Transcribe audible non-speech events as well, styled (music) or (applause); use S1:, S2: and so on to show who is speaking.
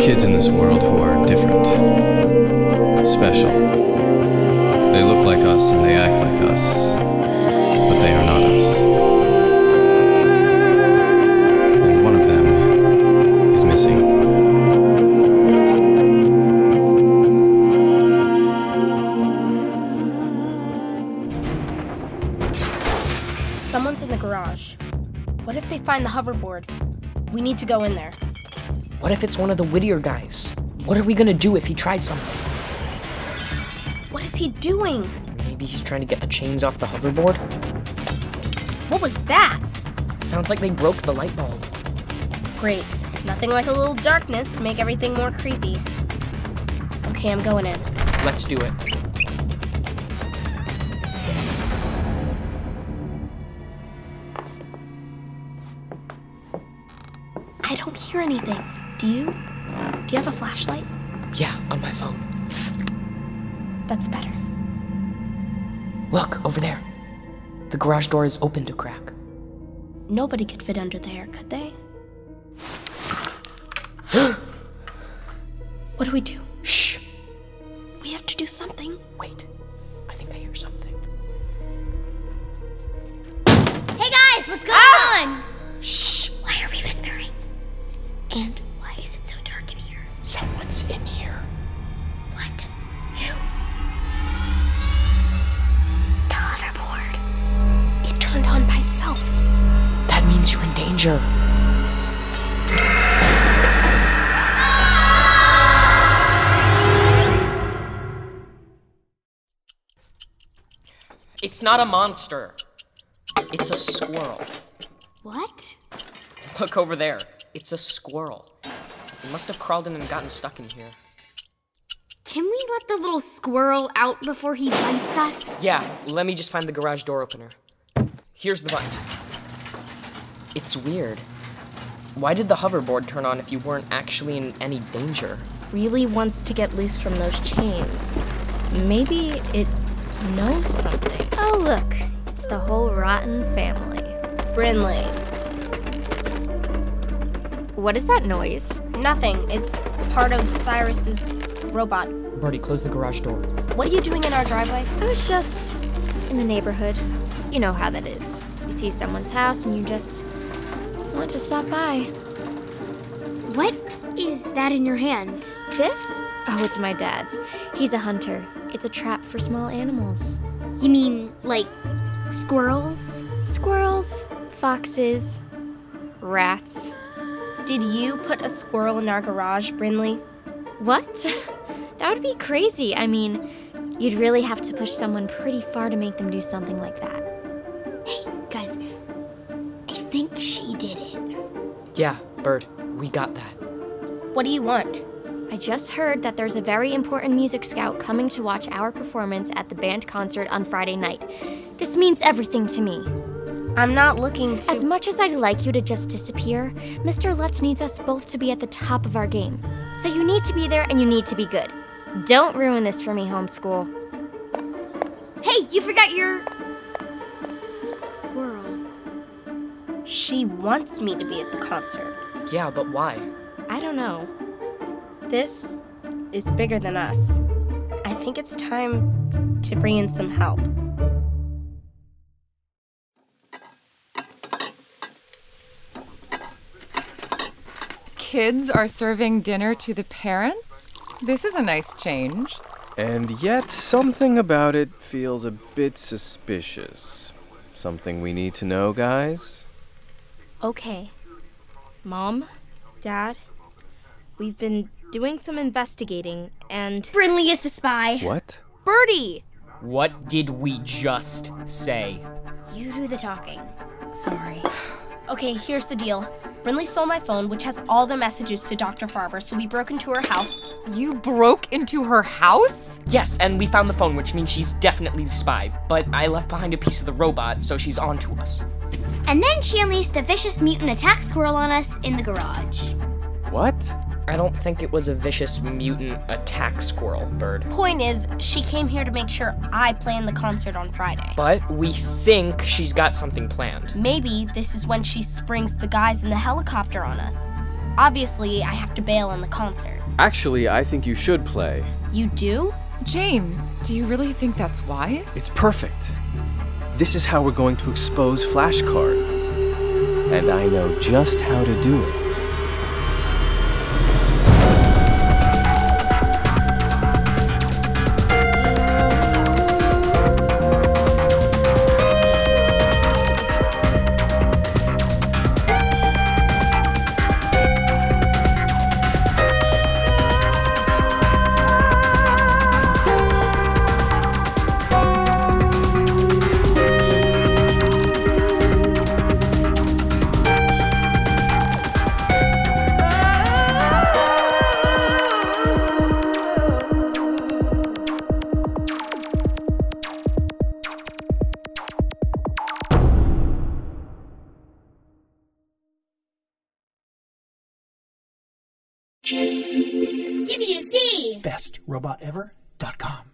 S1: kids in this world who are different, special. They look like us and they act like us, but they are not us. And one of them is missing.
S2: Someone's in the garage. What if they find the hoverboard? We need to go in there.
S3: What if it's one of the Whittier guys? What are we gonna do if he tries something?
S2: What is he doing?
S3: Maybe he's trying to get the chains off the hoverboard?
S2: What was that?
S3: Sounds like they broke the light bulb.
S2: Great. Nothing like a little darkness to make everything more creepy. Okay, I'm going in.
S3: Let's do it.
S2: I don't hear anything. Do you? Do you have a flashlight?
S3: Yeah, on my phone.
S2: That's better.
S3: Look, over there. The garage door is opened a crack.
S2: Nobody could fit under there, could they? (gasps) what do we do?
S3: Shh!
S2: We have to do something.
S3: Wait. I think I hear something.
S4: Hey guys, what's going
S5: Ah!
S3: Shh!
S4: on? Why are we whispering? And why is it so dark in here?
S3: Someone's in here.
S4: What? Who? The hoverboard.
S2: It turned on by itself.
S3: That means you're in danger. It's not a monster. It's a squirrel.
S4: What?
S3: Look over there. It's a squirrel. It must have crawled in and gotten stuck in here.
S4: Can we let the little squirrel out before he bites us?
S3: Yeah, let me just find the garage door opener. Here's the button. It's weird. Why did the hoverboard turn on if you weren't actually in any danger?
S2: Really wants to get loose from those chains. Maybe it knows something.
S4: Oh, look. It's the whole rotten family.
S2: Brinley.
S4: What is that noise?
S2: Nothing. It's part of Cyrus's robot.
S3: Birdie, close the garage door.
S2: What are you doing in our driveway?
S4: I was just in the neighborhood. You know how that is. You see someone's house and you just want to stop by. What is that in your hand? This? Oh, it's my dad's. He's a hunter. It's a trap for small animals.
S5: You mean like squirrels?
S4: Squirrels, foxes, rats.
S2: Did you put a squirrel in our garage, Brinley?
S4: What? (laughs) that would be crazy. I mean, you'd really have to push someone pretty far to make them do something like that.
S5: Guys, I think she did it.
S3: Yeah, Bird, we got that.
S2: What do you want?
S4: I just heard that there's a very important music scout coming to watch our performance at the band concert on Friday night. This means everything to me.
S2: I'm not looking to.
S4: As much as I'd like you to just disappear, Mr. Lutz needs us both to be at the top of our game. So you need to be there and you need to be good. Don't ruin this for me, homeschool.
S5: Hey, you forgot your squirrel.
S2: she wants me to be at the concert.
S3: Yeah, but why?
S2: I don't know. This is bigger than us. I think it's time to bring in some help.
S6: Kids are serving dinner to the parents? This is a nice change.
S7: And yet, something about it feels a bit suspicious. Something we need to know, guys?
S2: Okay. Mom, Dad, we've been doing some investigating and.
S5: Brinley is the spy.
S7: What?
S2: Birdie!
S8: What did we just say?
S5: You do the talking. Sorry.
S2: Okay, here's the deal. Brinley stole my phone, which has all the messages to Dr. Farber, so we broke into her house.
S6: You broke into her house?
S3: Yes, and we found the phone, which means she's definitely the spy, but I left behind a piece of the robot, so she's on to us.
S5: And then she unleashed a vicious mutant attack squirrel on us in the garage.
S7: What?
S3: I don't think it was a vicious mutant attack squirrel, Bird.
S2: Point is, she came here to make sure I play in the concert on Friday.
S3: But we think she's got something planned.
S2: Maybe this is when she springs the guys in the helicopter on us.
S5: Obviously, I have to bail on the concert.
S7: Actually, I think you should play.
S2: You do?
S6: James, do you really think that's wise?
S7: It's perfect. This is how we're going to expose Flashcard. And I know just how to do it.
S5: Give me a C!
S9: bestrobotever.com.